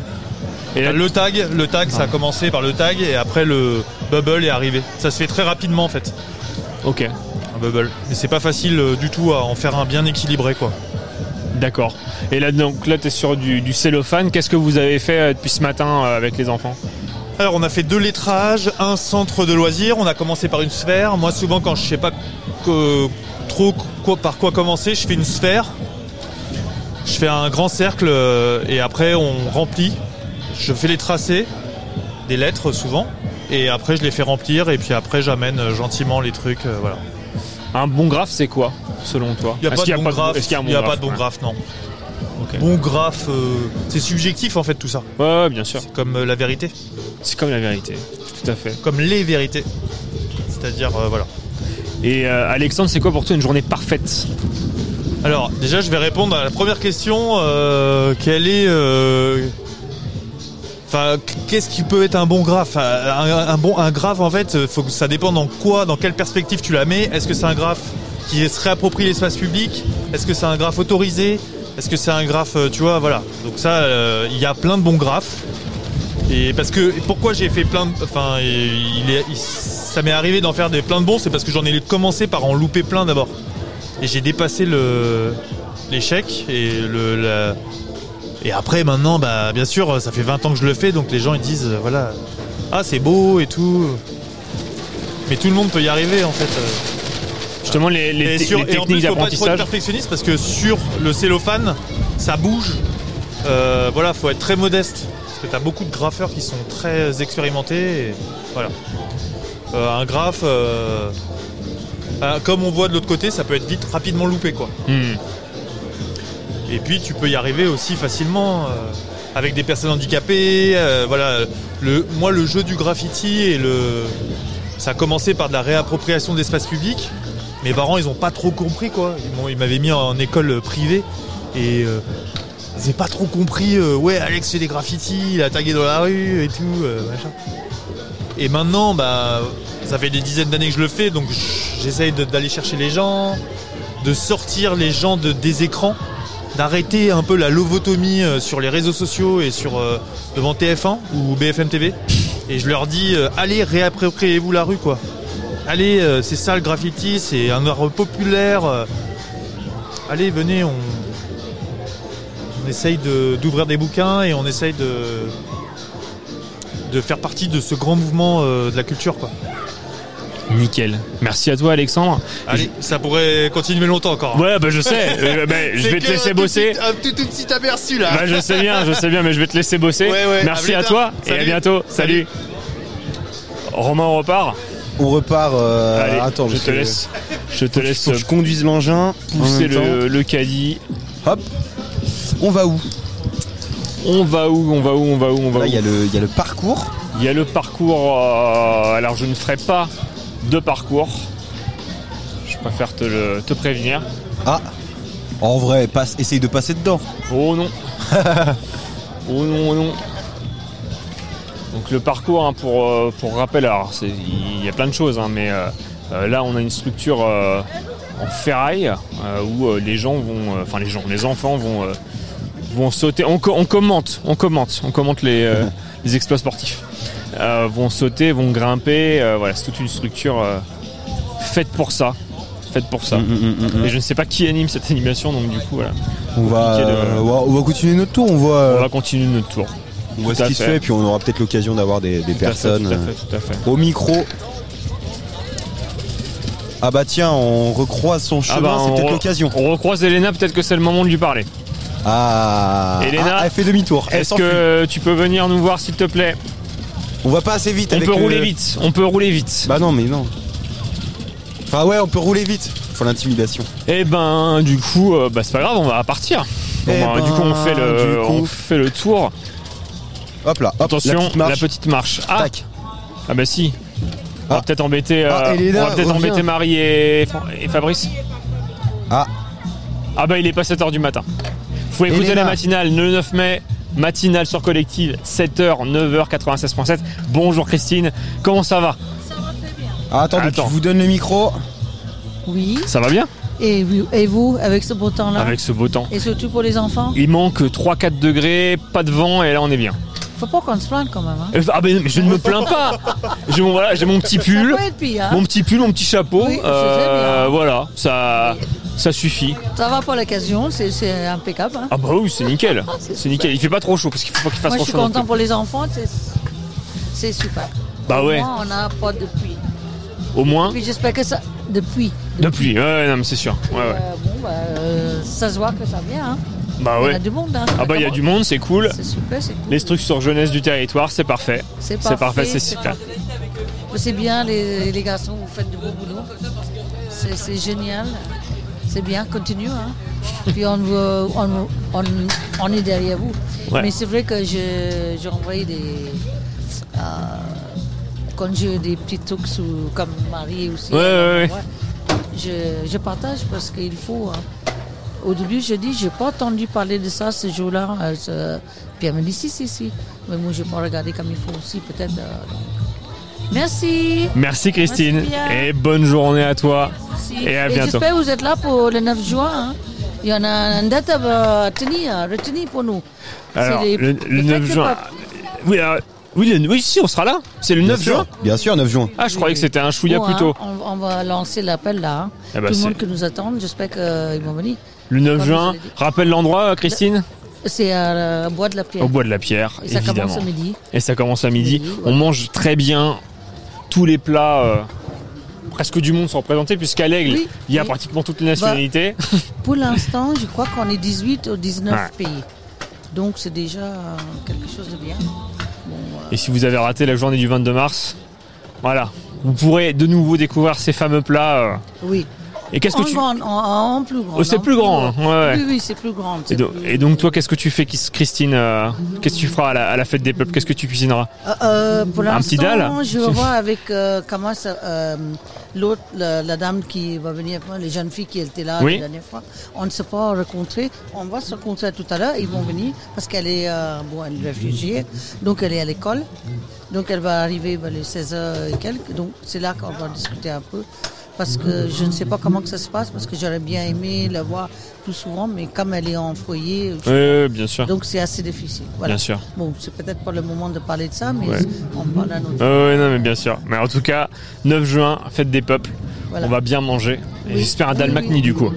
K: Et le tag, le tag,
B: Ah.
K: ça a commencé par le tag et après le bubble est arrivé. Ça se fait très rapidement en fait.
B: Ok.
K: Un bubble. Mais c'est pas facile euh, du tout à en faire un bien équilibré quoi.
B: D'accord. Et là, donc, là, tu es sur du, du cellophane. Qu'est-ce que vous avez fait euh, depuis ce matin euh, avec les enfants
K: Alors on a fait deux lettrages, un centre de loisirs, on a commencé par une sphère. Moi souvent quand je sais pas que- trop quoi- par quoi commencer, je fais une sphère. Je fais un grand cercle euh, et après on remplit. Je fais les tracés des lettres souvent et après je les fais remplir et puis après j'amène euh, gentiment les trucs euh, voilà.
B: Un bon graphe, c'est quoi, selon toi
K: Il n'y a
B: Est-ce
K: pas de
B: qu'il y
K: bon graphe.
B: est-ce qu'il y a un bon
K: Il y a pas
B: graphe
K: de bon
B: Ouais.
K: graphe, non.
B: Ok.
K: Bon graphe, euh, c'est subjectif en fait tout ça.
B: Ouais, ouais, bien sûr.
K: Comme euh, la vérité.
B: C'est comme la vérité, tout à fait.
K: Comme les vérités. C'est-à-dire, euh, voilà.
B: Et euh, Alexandre, c'est quoi pour toi une journée parfaite
K: Alors, déjà, je vais répondre à la première question. euh, quelle est. euh, Enfin, qu'est-ce qui peut être un bon graphe un, un bon, un graphe, en fait, euh, faut que ça dépend dans quoi, dans quelle perspective tu la mets. Est-ce que c'est un graphe qui se réapproprie l'espace public Est-ce que c'est un graphe autorisé Est-ce que c'est un graphe, euh, tu vois, voilà. Donc ça, euh, il y a plein de bons graphes. Et parce que pourquoi j'ai fait plein de, enfin, et il est- il- ça m'est arrivé d'en faire des plein de bons, c'est parce que j'en ai commencé par en louper plein d'abord. Et j'ai dépassé le l'échec et le la- et après maintenant, bah bien sûr, ça fait 20 ans que je le fais, donc les gens ils disent euh, voilà, ah c'est beau et tout. Mais tout le monde peut y arriver en fait.
B: Justement, les, les
K: et
B: te-
K: sur-
B: les
K: et en
B: techniques
K: plus, faut pas être trop
B: d'apprentissage.
K: perfectionniste parce que sur le cellophane, ça bouge. Euh, voilà, faut être très modeste parce que t'as beaucoup de graffeurs qui sont très expérimentés. et voilà, Euh, un graphe, euh, euh, comme on voit de l'autre côté, ça peut être vite rapidement loupé quoi.
B: Hmm.
K: Et puis tu peux y arriver aussi facilement euh, avec des personnes handicapées. euh, voilà, le, moi le jeu du graffiti et le, ça a commencé par de la réappropriation d'espace public. Mes parents ils ont pas trop compris quoi. Ils, m'ont- ils m'avaient mis en école privée et euh, ils n'avaient pas trop compris. euh, ouais Alex fait des graffitis, il a tagué dans la rue et tout euh, machin. Et maintenant bah ça fait des dizaines d'années que je le fais donc j'essaye de- d'aller chercher les gens, de sortir les gens de- des écrans d'arrêter un peu la lobotomie euh, sur les réseaux sociaux et sur euh, devant TF1 ou BFM TV. Et je leur dis euh, allez réappropriez-vous la rue quoi. Allez, euh, c'est ça le graffiti, c'est un art populaire. euh. allez, venez, on, on essaye de- d'ouvrir des bouquins et on essaye de de faire partie de ce grand mouvement euh, de la culture quoi.
B: Hmm. Nickel. Merci à toi, Alexandre.
K: Allez, ça pourrait continuer longtemps encore. hein.
B: Ouais, bah, je sais. Euh, bah, je
K: C'est
B: vais te
K: que
B: laisser
K: un tout
B: bosser.
K: petit- Un tout, tout petit aperçu là.
B: Bah, je sais bien, je sais bien, mais je vais te laisser bosser.
K: Ouais, ouais,
B: Merci
K: à
B: à,
K: plus
B: toi
K: tard.
B: et à
K: Salut.
B: bientôt. Salut. Romain, on repart.
A: On repart. euh,
B: Allez,
A: attends,
B: je
A: parce
B: te
A: que-
B: laisse. Je te
A: Faut que-
B: laisse
A: faut que je conduise l'engin. en
B: pousser
A: même temps.
B: le, le caddie.
A: Hop. On va où
B: On va où On va où On va où On va
A: Là,
B: où
A: il y a le- il y a le parcours.
B: Il y a le parcours. euh, alors, je ne ferai pas de parcours. Je préfère te, le- te prévenir.
A: Ah En vrai, passe, essaye de passer dedans.
B: Oh non Oh non, oh non Donc le parcours, hein, pour, euh, pour rappel, alors c'est- il y a plein de choses, hein, mais euh, euh, là on a une structure euh, en ferraille euh, où euh, les gens vont, euh, enfin les gens, les enfants vont, euh, vont sauter. On, co- on commente, on commente, on commente les, euh, les exploits sportifs. Euh, vont sauter, vont grimper. euh, voilà, c'est toute une structure euh, faite pour ça, faite pour ça. Et je ne sais pas qui anime cette animation, donc du coup voilà.
A: On va,
B: Compliqué de-
A: euh, on va- on va continuer notre tour, on voit, euh,
B: On va continuer notre tour.
A: on voit
B: Tout
A: ce
B: à
A: qui se fait, puis on aura peut-être l'occasion d'avoir des, des
B: Tout à fait,
A: personnes
B: Tout à
A: euh,
B: fait, tout à fait.
A: au micro. Ah bah tiens, on recroise son chemin,
B: Ah bah,
A: c'est
B: on
A: peut-être
B: re-
A: l'occasion.
B: On recroise Elena, peut-être que c'est le moment de lui parler.
A: Ah,
B: Elena,
A: ah, elle fait demi-tour. Elle
B: Est-ce
A: s'enfuit.
B: que tu peux venir nous voir s'il te plaît
A: On va pas assez vite
B: On
A: avec euh,
B: peut
A: le-
B: rouler vite, on peut rouler vite.
A: Bah non, mais non. Enfin ouais, on peut rouler vite. Faut l'intimidation.
B: Eh ben du coup, euh, bah, c'est pas grave, on va partir. Bon,
A: Eh
B: bah, du coup, on
A: ben,
B: fait le,
A: du coup.
B: on fait le tour.
A: Hop là, hop,
B: Attention,
A: la petite marche.
B: marche. Ah,
A: Tac.
B: ah bah si. On va
A: Ah.
B: peut-être embêter,
A: Ah,
B: euh,
A: Elena,
B: on va peut-être
A: reviens.
B: embêter Marie et, Fa- et Fabrice.
A: Ah,
B: Ah bah il est pas 7h du matin. Faut écouter
A: Elena.
B: la matinale le 9 mai, matinale sur collective, 7h, 9h, 96.7. Bonjour Christine, comment ça va
A: Ah, attendez, je vous donne le micro.
H: Oui.
B: Ça va bien
H: Et vous, et vous, avec ce beau temps-là
B: Avec ce beau temps.
H: Et surtout pour les enfants
B: Il manque 3-4 degrés, pas de vent et là on est bien.
H: Faut pas qu'on se plante quand même. hein.
B: Euh, Ah ben mais je ne me plains pas. J'ai mon, voilà, j'ai mon petit pull,
H: Ça peut être pire, hein.
B: mon petit pull, mon petit chapeau.
H: Oui, c'est hein.
B: euh, voilà, ça, ça suffit.
H: Ça va pour l'occasion, c'est- c'est impeccable. hein.
B: Ah bah oui, c'est nickel.
H: C'est
B: c'est nickel. Il fait pas trop chaud parce qu'il faut pas qu'il fasse
H: Moi, je
B: trop
H: suis
B: chaud. non
H: content
B: plus.
H: pour les enfants, c'est- c'est super.
B: Bah
H: Au
B: ouais.
H: moins, on n'a pas de pluie.
B: Au moins
H: Puis j'espère que ça. De pluie.
B: de pluie. Ouais, ouais, non mais c'est sûr. Ouais, ouais.
H: Euh, bon, bah, euh, ça se voit que ça vient. hein.
B: Bah
H: Il y
B: ouais.
H: a du monde. hein.
B: Ah bah il y a du monde, c'est cool.
H: C'est super, c'est cool.
B: Les structures jeunesse du territoire, c'est parfait.
H: C'est
B: C'est
H: parfait,
B: parfait, c'est
H: c'est
B: super.
H: C'est bien, les, les garçons, vous faites de beaux boulot. C'est c'est génial. C'est bien, continue. hein. Puis on, vous- on, on, on est derrière vous.
B: Ouais.
H: Mais c'est vrai que je- j'ai envoyé des. euh, quand j'ai des petits trucs sous- comme Marie aussi.
B: Ouais, ouais, ouais.
H: Je, je partage parce qu'il faut. hein. Au début, je dis, j'ai pas entendu parler de ça ce jour-là. euh, ce- Puis elle me dit, si, si, si. Mais moi, je pas regardé comme il faut aussi, peut-être. euh, donc. Merci.
B: Merci Christine
H: Merci, Pierre.
B: et bonne journée à toi.
H: Merci.
B: Et à bientôt.
H: J'espère que vous êtes là pour le 9 juin. hein. Il y en a une date à euh, tenir, à retenir pour nous. C'est
B: Alors,
H: les-
B: le, le
H: les
B: 9
H: fêtes de
B: juin.
H: peuple.
B: Oui, alors, oui, le- oui, si, on sera là. C'est le 9 juin
A: Bien sûr, 9 juin.
B: Ah, je croyais que c'était un chouïa
H: Bon,
B: plus
H: hein,
B: tôt.
H: on, on va lancer l'appel là. hein.
B: Eh ben,
H: Tout le
B: c'est-
H: monde qui nous attend, j'espère qu'ils vont venir.
B: Le 9
H: Comme je
B: juin.
H: vous l'ai dit.
B: Rappelle l'endroit, euh, Christine
H: C'est à euh, Bois de la Pierre.
B: Au Bois de la Pierre,
H: Et ça commence
B: évidemment.
H: à midi.
B: Et ça commence à midi. On mange très bien tous les plats. euh, presque du monde sont représentés, puisqu'à l'Aigle,
H: Oui,
B: il y a
H: oui. Bah,
B: pratiquement toutes les nationalités.
H: Pour l'instant, je crois qu'on est 18 ou 19
B: Ouais.
H: pays. Donc c'est déjà euh, quelque chose de bien.
B: Et si vous avez raté la journée du 22 mars, voilà, vous pourrez de nouveau découvrir ces fameux plats. euh.
H: Oui.
B: Et qu'est-ce que
H: En
B: tu...
H: grand, en, en plus grand.
B: Oh, c'est
H: en
B: plus grand, hein, ouais, ouais.
H: Oui, oui, c'est plus grand.
B: Et
H: c'est
B: donc,
H: plus-
B: et donc, toi, qu'est-ce que tu fais, Christine euh, Qu'est-ce que tu feras à la, à la fête des peuples Qu'est-ce que tu cuisineras
H: Euh, euh, pour
B: Un petit
H: l'instant,
B: dalle
H: je vois avec euh, comment ça, euh, l'autre, la, la dame qui va venir, après, les jeunes filles qui étaient là
B: Oui.
H: la dernière fois. On ne s'est pas rencontrés. On va se rencontrer tout à l'heure. Ils vont venir parce qu'elle est, euh, bon, elle est réfugiée, donc elle est à l'école. Donc elle va arriver vers les 16h et quelques. Donc c'est là qu'on va discuter un peu. Parce que je ne sais pas comment que ça se passe, parce que j'aurais bien aimé la voir plus souvent, mais comme elle est en foyer, je-
B: Oui, oui, bien sûr.
H: donc c'est assez difficile. Voilà.
B: Bien sûr.
H: Bon, c'est peut-être pas le moment de parler de ça, mais
B: Ouais.
H: on parle à notre.
B: Euh, ouais, non, mais bien sûr. Mais en tout cas, 9 juin, fête des peuples.
H: Voilà.
B: On va bien manger. Et J'espère un
H: Oui,
B: dalmacni
H: oui.
B: du coup.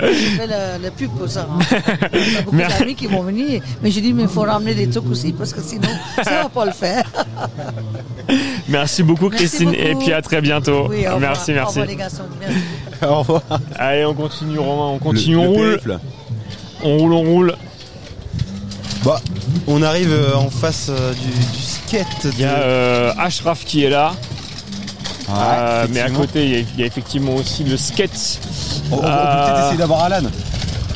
H: Je fais la, la pub pour ça. hein. Il y a beaucoup
B: Merci.
H: d'amis qui vont venir, mais j'ai dit, mais il faut ramener des trucs aussi, parce que sinon, ça va pas le faire.
B: Merci beaucoup,
H: Merci
B: Christine. Et
H: beaucoup.
B: puis à très bientôt.
H: Oui, au revoir.
B: Oh, merci,
H: Au
B: merci.
H: revoir, les garçons. Merci.
A: Au revoir.
B: Allez, on continue, Romain. On continue,
A: Le-
B: on
A: le
B: roule.
A: périple.
B: On roule, on roule.
A: Bah, euh,
B: on arrive
A: en face du, skate.
B: Il y a euh, Ashraf qui est là. Euh, mais à
A: Ah, effectivement.
B: côté, il y a- il y, a effectivement aussi le skate.
A: On, on peut peut-être essayer d'avoir Alan.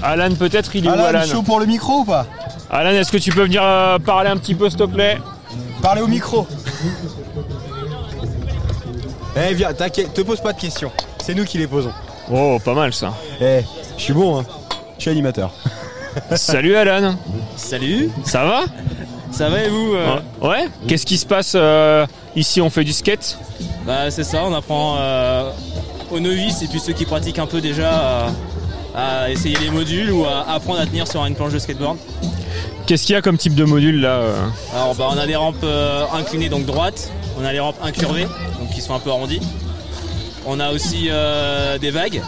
B: Alan, peut-être, il Ah. est où,
A: Alan,
B: Alan
A: chaud pour le micro ou pas
B: Alan, est-ce que tu peux venir euh, parler un petit peu, s'il te plaît
A: Parlez au micro. Eh, viens, t'inquiète, te pose pas de questions. C'est nous qui les posons.
B: Oh, pas mal ça.
A: Eh, je suis bon, hein. Je suis animateur.
B: Salut Alan.
L: Salut.
B: Ça va
L: Ça va et vous euh
B: Ouais. Ouais. Qu'est-ce qui se passe euh, ici On fait du skate.
L: Bah c'est ça, on apprend euh, aux novices et puis ceux qui pratiquent un peu déjà euh, à essayer les modules ou à apprendre à tenir sur une planche de skateboard.
B: Qu'est-ce qu'il y a comme type de module là euh
L: Alors bah, on a des rampes euh, inclinées donc droites, on a les rampes incurvées donc qui sont un peu arrondies. On a aussi euh, des vagues.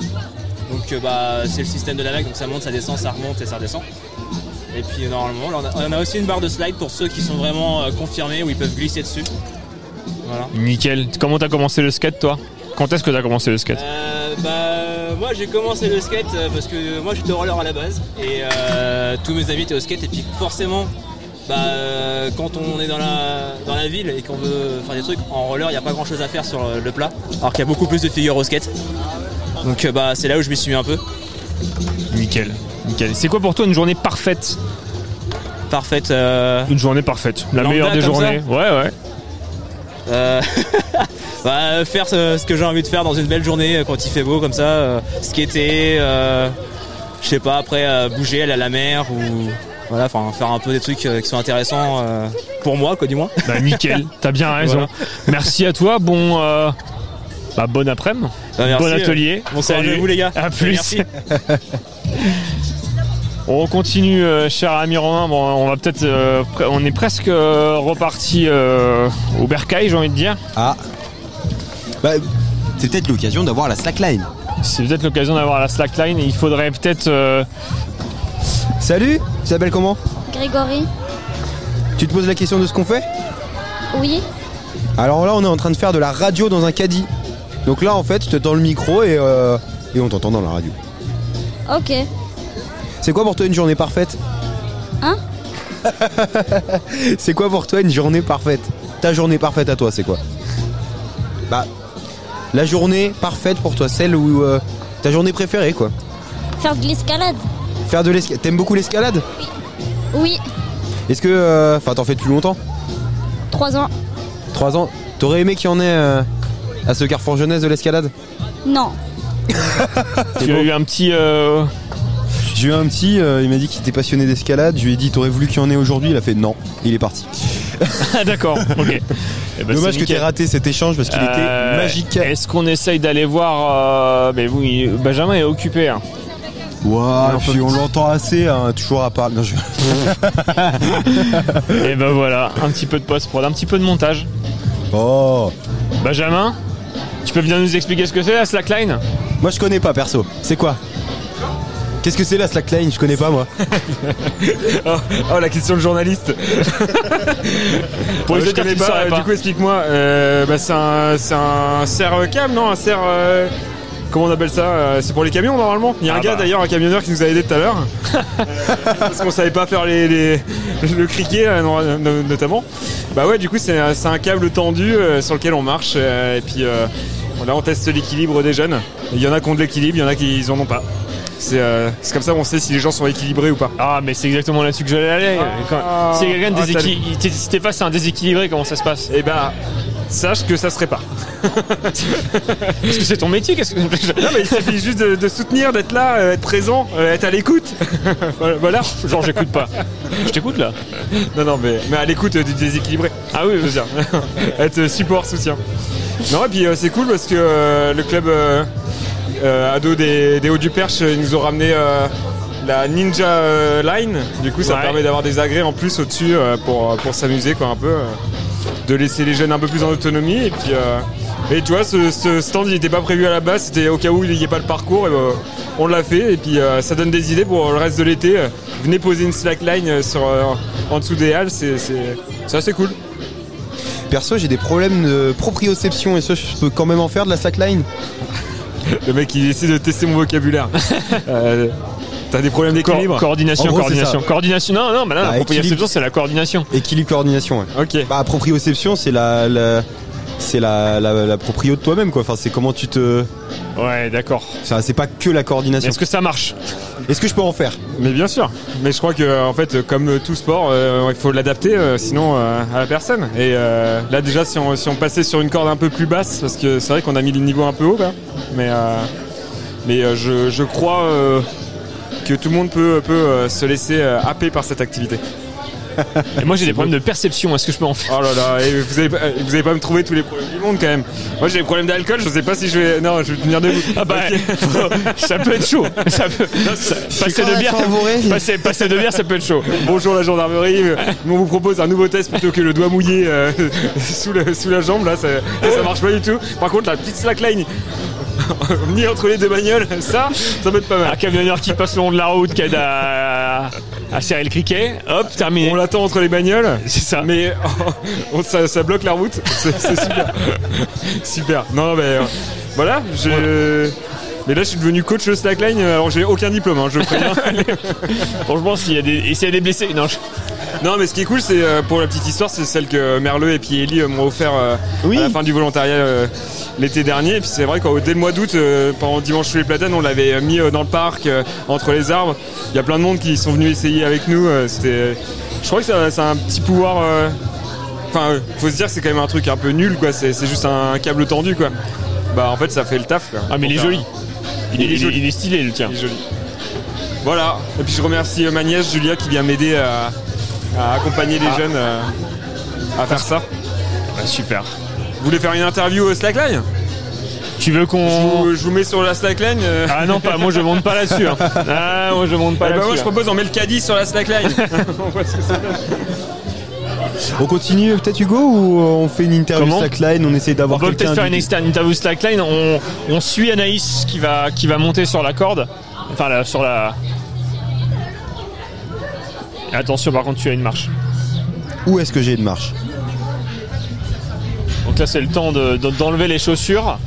L: Donc euh, bah, c'est le système de la vague donc ça monte, ça descend, ça remonte et ça redescend. Et puis normalement là, on, a, on a aussi une barre de slide pour ceux qui sont vraiment euh, confirmés où ils peuvent glisser dessus. Voilà.
B: Nickel. Comment t'as commencé le skate toi Quand est-ce que t'as commencé le skate
L: Euh, bah, moi j'ai commencé le skate euh, parce que moi j'étais roller à la base et euh, tous mes amis étaient au skate et puis forcément bah, euh, quand on est dans la, dans la ville et qu'on veut faire des trucs en roller il n'y a pas grand chose à faire sur euh, le plat alors qu'il y a beaucoup plus de figures au skate donc euh, bah c'est là où je m'y suis mis un peu
B: Nickel. Nickel. C'est quoi pour toi une journée parfaite
L: Parfaite. euh,
B: Une journée parfaite. La
L: Lambda,
B: meilleure des
L: comme
B: journées.
L: ça
B: Ouais, ouais.
L: Euh, bah, euh, faire ce, ce que j'ai envie de faire dans une belle journée euh, quand il fait beau comme ça, euh, skater, euh, je sais pas, après euh, bouger, aller à la mer ou Voilà, enfin faire un peu des trucs euh, qui sont intéressants euh, pour moi, quoi, du moins.
K: Bah nickel, t'as bien raison.
L: Voilà.
K: Merci à toi, bon euh, bah, bon après-midi,
L: Bah, merci,
K: bon
L: euh,
K: atelier.
L: bon courage
K: Salut.
L: à vous, les gars.
K: À
L: Et
K: plus.
L: merci.
K: On continue, euh, cher ami Romain. Bon, on va peut-être, euh, pre- on est presque euh, reparti euh, au bercail, j'ai envie de dire.
A: Ah. Bah, c'est peut-être l'occasion d'avoir la slackline.
K: C'est peut-être l'occasion d'avoir la slackline. et Il faudrait peut-être. euh,
A: Salut, tu t'appelles comment
F: Grégory,
A: Tu te poses la question de ce qu'on fait
F: oui.
A: Alors là, on est en train de faire de la radio dans un caddie. Donc là, en fait, je te tends le micro et, euh, et on t'entend dans la radio.
F: Ok.
A: C'est quoi pour toi une journée parfaite
F: Hein
A: C'est quoi pour toi une journée parfaite Ta journée parfaite à toi, c'est quoi Bah, la journée parfaite pour toi, celle où. euh, ta journée préférée, quoi.
F: Faire de l'escalade
A: Faire de l'escalade. T'aimes beaucoup l'escalade
F: Oui.
A: Est-ce que. euh, Enfin, t'en fais depuis longtemps
F: 3 ans.
A: 3 ans T'aurais aimé qu'il y en ait euh, à ce carrefour jeunesse de l'escalade
F: Non.
K: Tu as eu un petit. euh,
A: J'ai eu un petit, euh, il m'a dit qu'il était passionné d'escalade. Je lui ai dit, t'aurais voulu qu'il y en ait aujourd'hui Il a fait non. Il est parti.
K: Ah, D'accord. Ok. Eh
B: Bah,
K: ben,
A: Dommage
K: c'est
A: que
K: nickel.
A: t'aies raté cet échange parce qu'il
K: Euh,
A: était magique.
K: Est-ce qu'on essaye d'aller voir euh, Mais oui, Benjamin est occupé. hein.
A: Waouh,
K: Non,
A: puis on l'entend assez, hein, toujours à parler. Non, je-
K: Et ben voilà, un petit peu de post-prod, un petit peu de montage.
A: Oh
K: Benjamin, tu peux venir nous expliquer ce que c'est la slackline
A: Moi je connais pas perso. C'est quoi Qu'est-ce que c'est la slackline Je connais pas moi.
B: oh, oh, la question de journaliste.
K: Pour les
B: je
K: auditeurs
B: connais
K: qui ne sauraient
B: euh,
K: pas.
B: Du coup, explique-moi. Euh, bah, c'est un, c'est un serre euh, cam, non Un serre. euh, comment on appelle ça Euh, C'est pour les camions normalement. Il y a un
K: Ah
B: gars
K: bah.
B: d'ailleurs, un camionneur qui nous a aidé tout à l'heure. Euh, parce qu'on savait pas faire les, les- le criquet euh, non- no- notamment. Bah ouais, du coup, c'est un- c'est un câble tendu euh, sur lequel on marche. euh, et puis euh, là, on teste l'équilibre des jeunes. Il y en a qui ont de l'équilibre, il y en a qui ils en ont pas. C'est euh, c'est comme ça qu'on sait si les gens sont équilibrés ou pas.
K: Ah, mais c'est exactement là-dessus que j'allais aller. Quand- si quelqu'un
B: Ah,
K: déséquil- t'es- si t'es face à un déséquilibré, comment ça se passe
B: Eh ben, sache que ça se répare.
K: Parce que c'est ton métier, qu'est-ce que
B: Non mais il suffit juste de, de soutenir, d'être là, euh, être présent, euh, être à l'écoute. voilà.
K: Genre j'écoute pas. Je t'écoute là.
B: Non non mais, mais à l'écoute euh, du déséquilibré.
K: Ah oui,
B: je veux dire. être support, soutien. Non et puis euh, c'est cool parce que euh, le club euh, euh, ado des, des Hauts du Perche, ils nous ont ramené euh, la Ninja euh, Line. Du coup ça
K: Ouais.
B: permet d'avoir des agrès en plus au-dessus euh, pour, pour s'amuser quoi un peu. euh, de laisser les jeunes un peu plus en autonomie et puis euh, et tu vois ce, ce stand il n'était pas prévu à la base c'était au cas où il n'y ait pas le parcours et ben, on l'a fait et puis euh, ça donne des idées pour le reste de l'été Euh, venez poser une slackline euh, sur euh, en dessous des halles c'est c'est c'est assez cool
A: Perso, j'ai des problèmes de proprioception et ça, je peux quand même en faire de la slackline.
B: le mec il essaie de tester mon vocabulaire Euh, t'as des problèmes d'équilibre
K: coordination, coordination, coordination. Non, non, mais là,
A: Bah,
K: la proprioception,
A: équilibre.
K: c'est la coordination.
A: Équilibre coordination. Ouais.
B: Ok.
A: Bah proprioception, c'est la, la- c'est la, la, la proprio de toi-même quoi. Enfin, c'est comment tu te.
K: Ouais, d'accord.
A: Ça, c'est pas que la coordination.
K: Est-ce que ça marche
A: Est-ce que je peux en faire
B: mais bien sûr mais je crois que en fait comme euh, tout sport euh, il faut l'adapter euh, sinon euh, à la personne et euh, là déjà si on, si on passait sur une corde un peu plus basse parce que c'est vrai qu'on a mis le niveau un peu haut là. mais euh, mais euh, je, je crois euh, que tout le monde peut, peut euh, se laisser euh, happer par cette activité
K: Et moi, j'ai des problèmes de perception. Est-ce que je peux en faire
B: Oh là là, et vous, allez, pas- vous allez pas me trouver tous les problèmes du monde quand même. Moi j'ai des problèmes d'alcool, je sais pas si je vais. Non, je vais tenir debout.
K: Ah bah, ça peut être chaud. Ça peut- ça- passer, de bière, passer, passer de bière, ça peut être chaud.
B: Bonjour la gendarmerie, euh, on vous propose un nouveau test plutôt que le doigt mouillé euh, sous, le- sous la jambe là, ça, ça, ça marche pas du tout. Par contre la petite slackline, ni entre les deux bagnoles, ça, ça peut être pas mal.
K: Un camionneur qui passe le long de la route, qui aide à, à serrer le criquet. Hop, terminé.
B: On l'attend entre les bagnoles,
K: c'est ça.
B: Mais on- ça, ça bloque la route, c'est c'est super. super. Non, non, mais euh, voilà, je. Mais là, je suis devenu coach de slackline, alors j'ai aucun diplôme, hein, je le préviens.
K: Franchement, s'il y, a des- et s'il y a des blessés, non, je-
B: Non, mais ce qui est cool, c'est euh, pour la petite histoire, c'est celle que Merleux et puis Ellie euh, m'ont offert euh, à la fin du volontariat euh, l'été dernier. Et puis c'est vrai que dès le mois d'août, euh, pendant Dimanche sous les platanes, on l'avait euh, mis euh, dans le parc, euh, entre les arbres. Il y a plein de monde qui sont venus essayer avec nous. euh, C'était, je crois que ça, ça a un petit pouvoir. euh, Enfin, euh, faut se dire que c'est quand même un truc un peu nul, quoi. C'est c'est juste un câble tendu, quoi. Bah, en fait, ça fait le taf. Quoi,
K: Ah, mais
B: Pour
K: il est
B: faire-
K: joli. Il est- il est- il est stylé, le tien.
B: Il est joli.
M: Voilà. Et puis je remercie euh, ma nièce Julia qui vient m'aider à, à accompagner les
B: Ah.
M: jeunes euh, à faire ça.
K: Ah,
B: super.
M: Vous voulez faire une interview au Slackline
B: Tu veux qu'on.
M: Je vous, je vous mets sur la Slackline euh.
B: Ah non, pas, moi je monte pas là-dessus. hein. Ah, moi je monte pas
M: Eh ben,
B: là-dessus. hein.
M: moi je propose on met le caddie sur la Slackline. On voit ce que ça donne.
A: On continue peut-être Hugo ou euh, on fait une interview
B: Comment
A: slackline, on essaie
B: On
A: d'avoir
B: peut
A: quelqu'un.
B: peut-être faire une
A: du-
B: externe interview slackline. On, on suit Anaïs qui va, qui va monter sur la corde. Enfin, la- sur la. Attention, par contre, tu as une marche.
A: Où est-ce que j'ai une marche
B: Donc là, c'est le temps de- de- d'enlever les chaussures.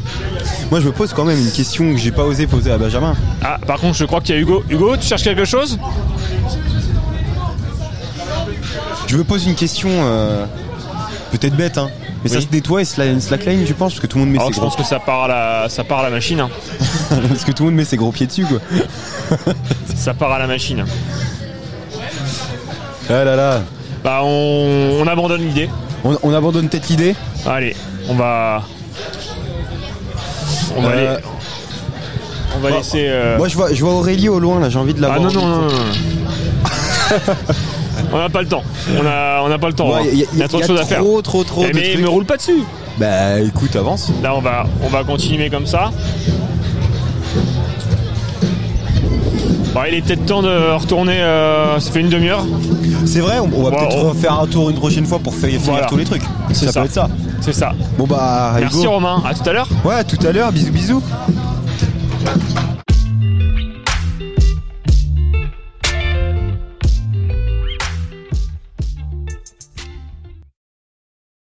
A: Moi je me pose quand même une question que j'ai pas osé poser à Benjamin.
B: Ah, par contre, je crois qu'il y a Hugo. Hugo, tu cherches quelque chose
A: Je me pose une question euh, peut-être bête hein. Mais ça
B: Oui.
A: se nettoie et sla- une slackline, je pense, parce que tout le monde met
B: Alors,
A: ses
B: je
A: gros
B: pense que ça part à la, ça part à la machine. hein.
A: parce que tout le monde met ses gros pieds dessus quoi.
B: Ça part à la machine.
A: Ah là là.
B: Bah on, on abandonne l'idée.
A: On, on abandonne peut-être l'idée
B: Allez, on va. On va
A: Euh,
B: aller- On va laisser. euh,
A: Moi je vois, je vois Aurélie au loin là, j'ai envie de la
B: Ah
A: voir.
B: non, non, non, non, non. On n'a pas le temps. On a, on a pas le temps.
A: Ouais,
B: hein.
A: y a- y a-
B: Il y a trop
A: y
B: de
A: a
B: choses à
A: trop,
B: faire.
A: trop, trop
B: Eh,
A: de
B: Mais
A: trucs.
B: me roule pas dessus.
A: Bah écoute, avance.
B: Là, on va, on va continuer comme ça. Bon, il est peut-être temps de retourner. euh, ça fait une demi-heure.
A: C'est vrai, on, on va
B: Bon,
A: peut-être
B: on-
A: refaire un tour une prochaine fois pour faire finir
B: Voilà.
A: tous les trucs.
B: C'est
A: Ça,
B: ça.
A: peut être ça.
B: C'est ça.
A: Bon bah
B: Merci
A: Hugo.
B: Romain. À tout à l'heure.
A: Ouais, à tout à l'heure, bisous bisous.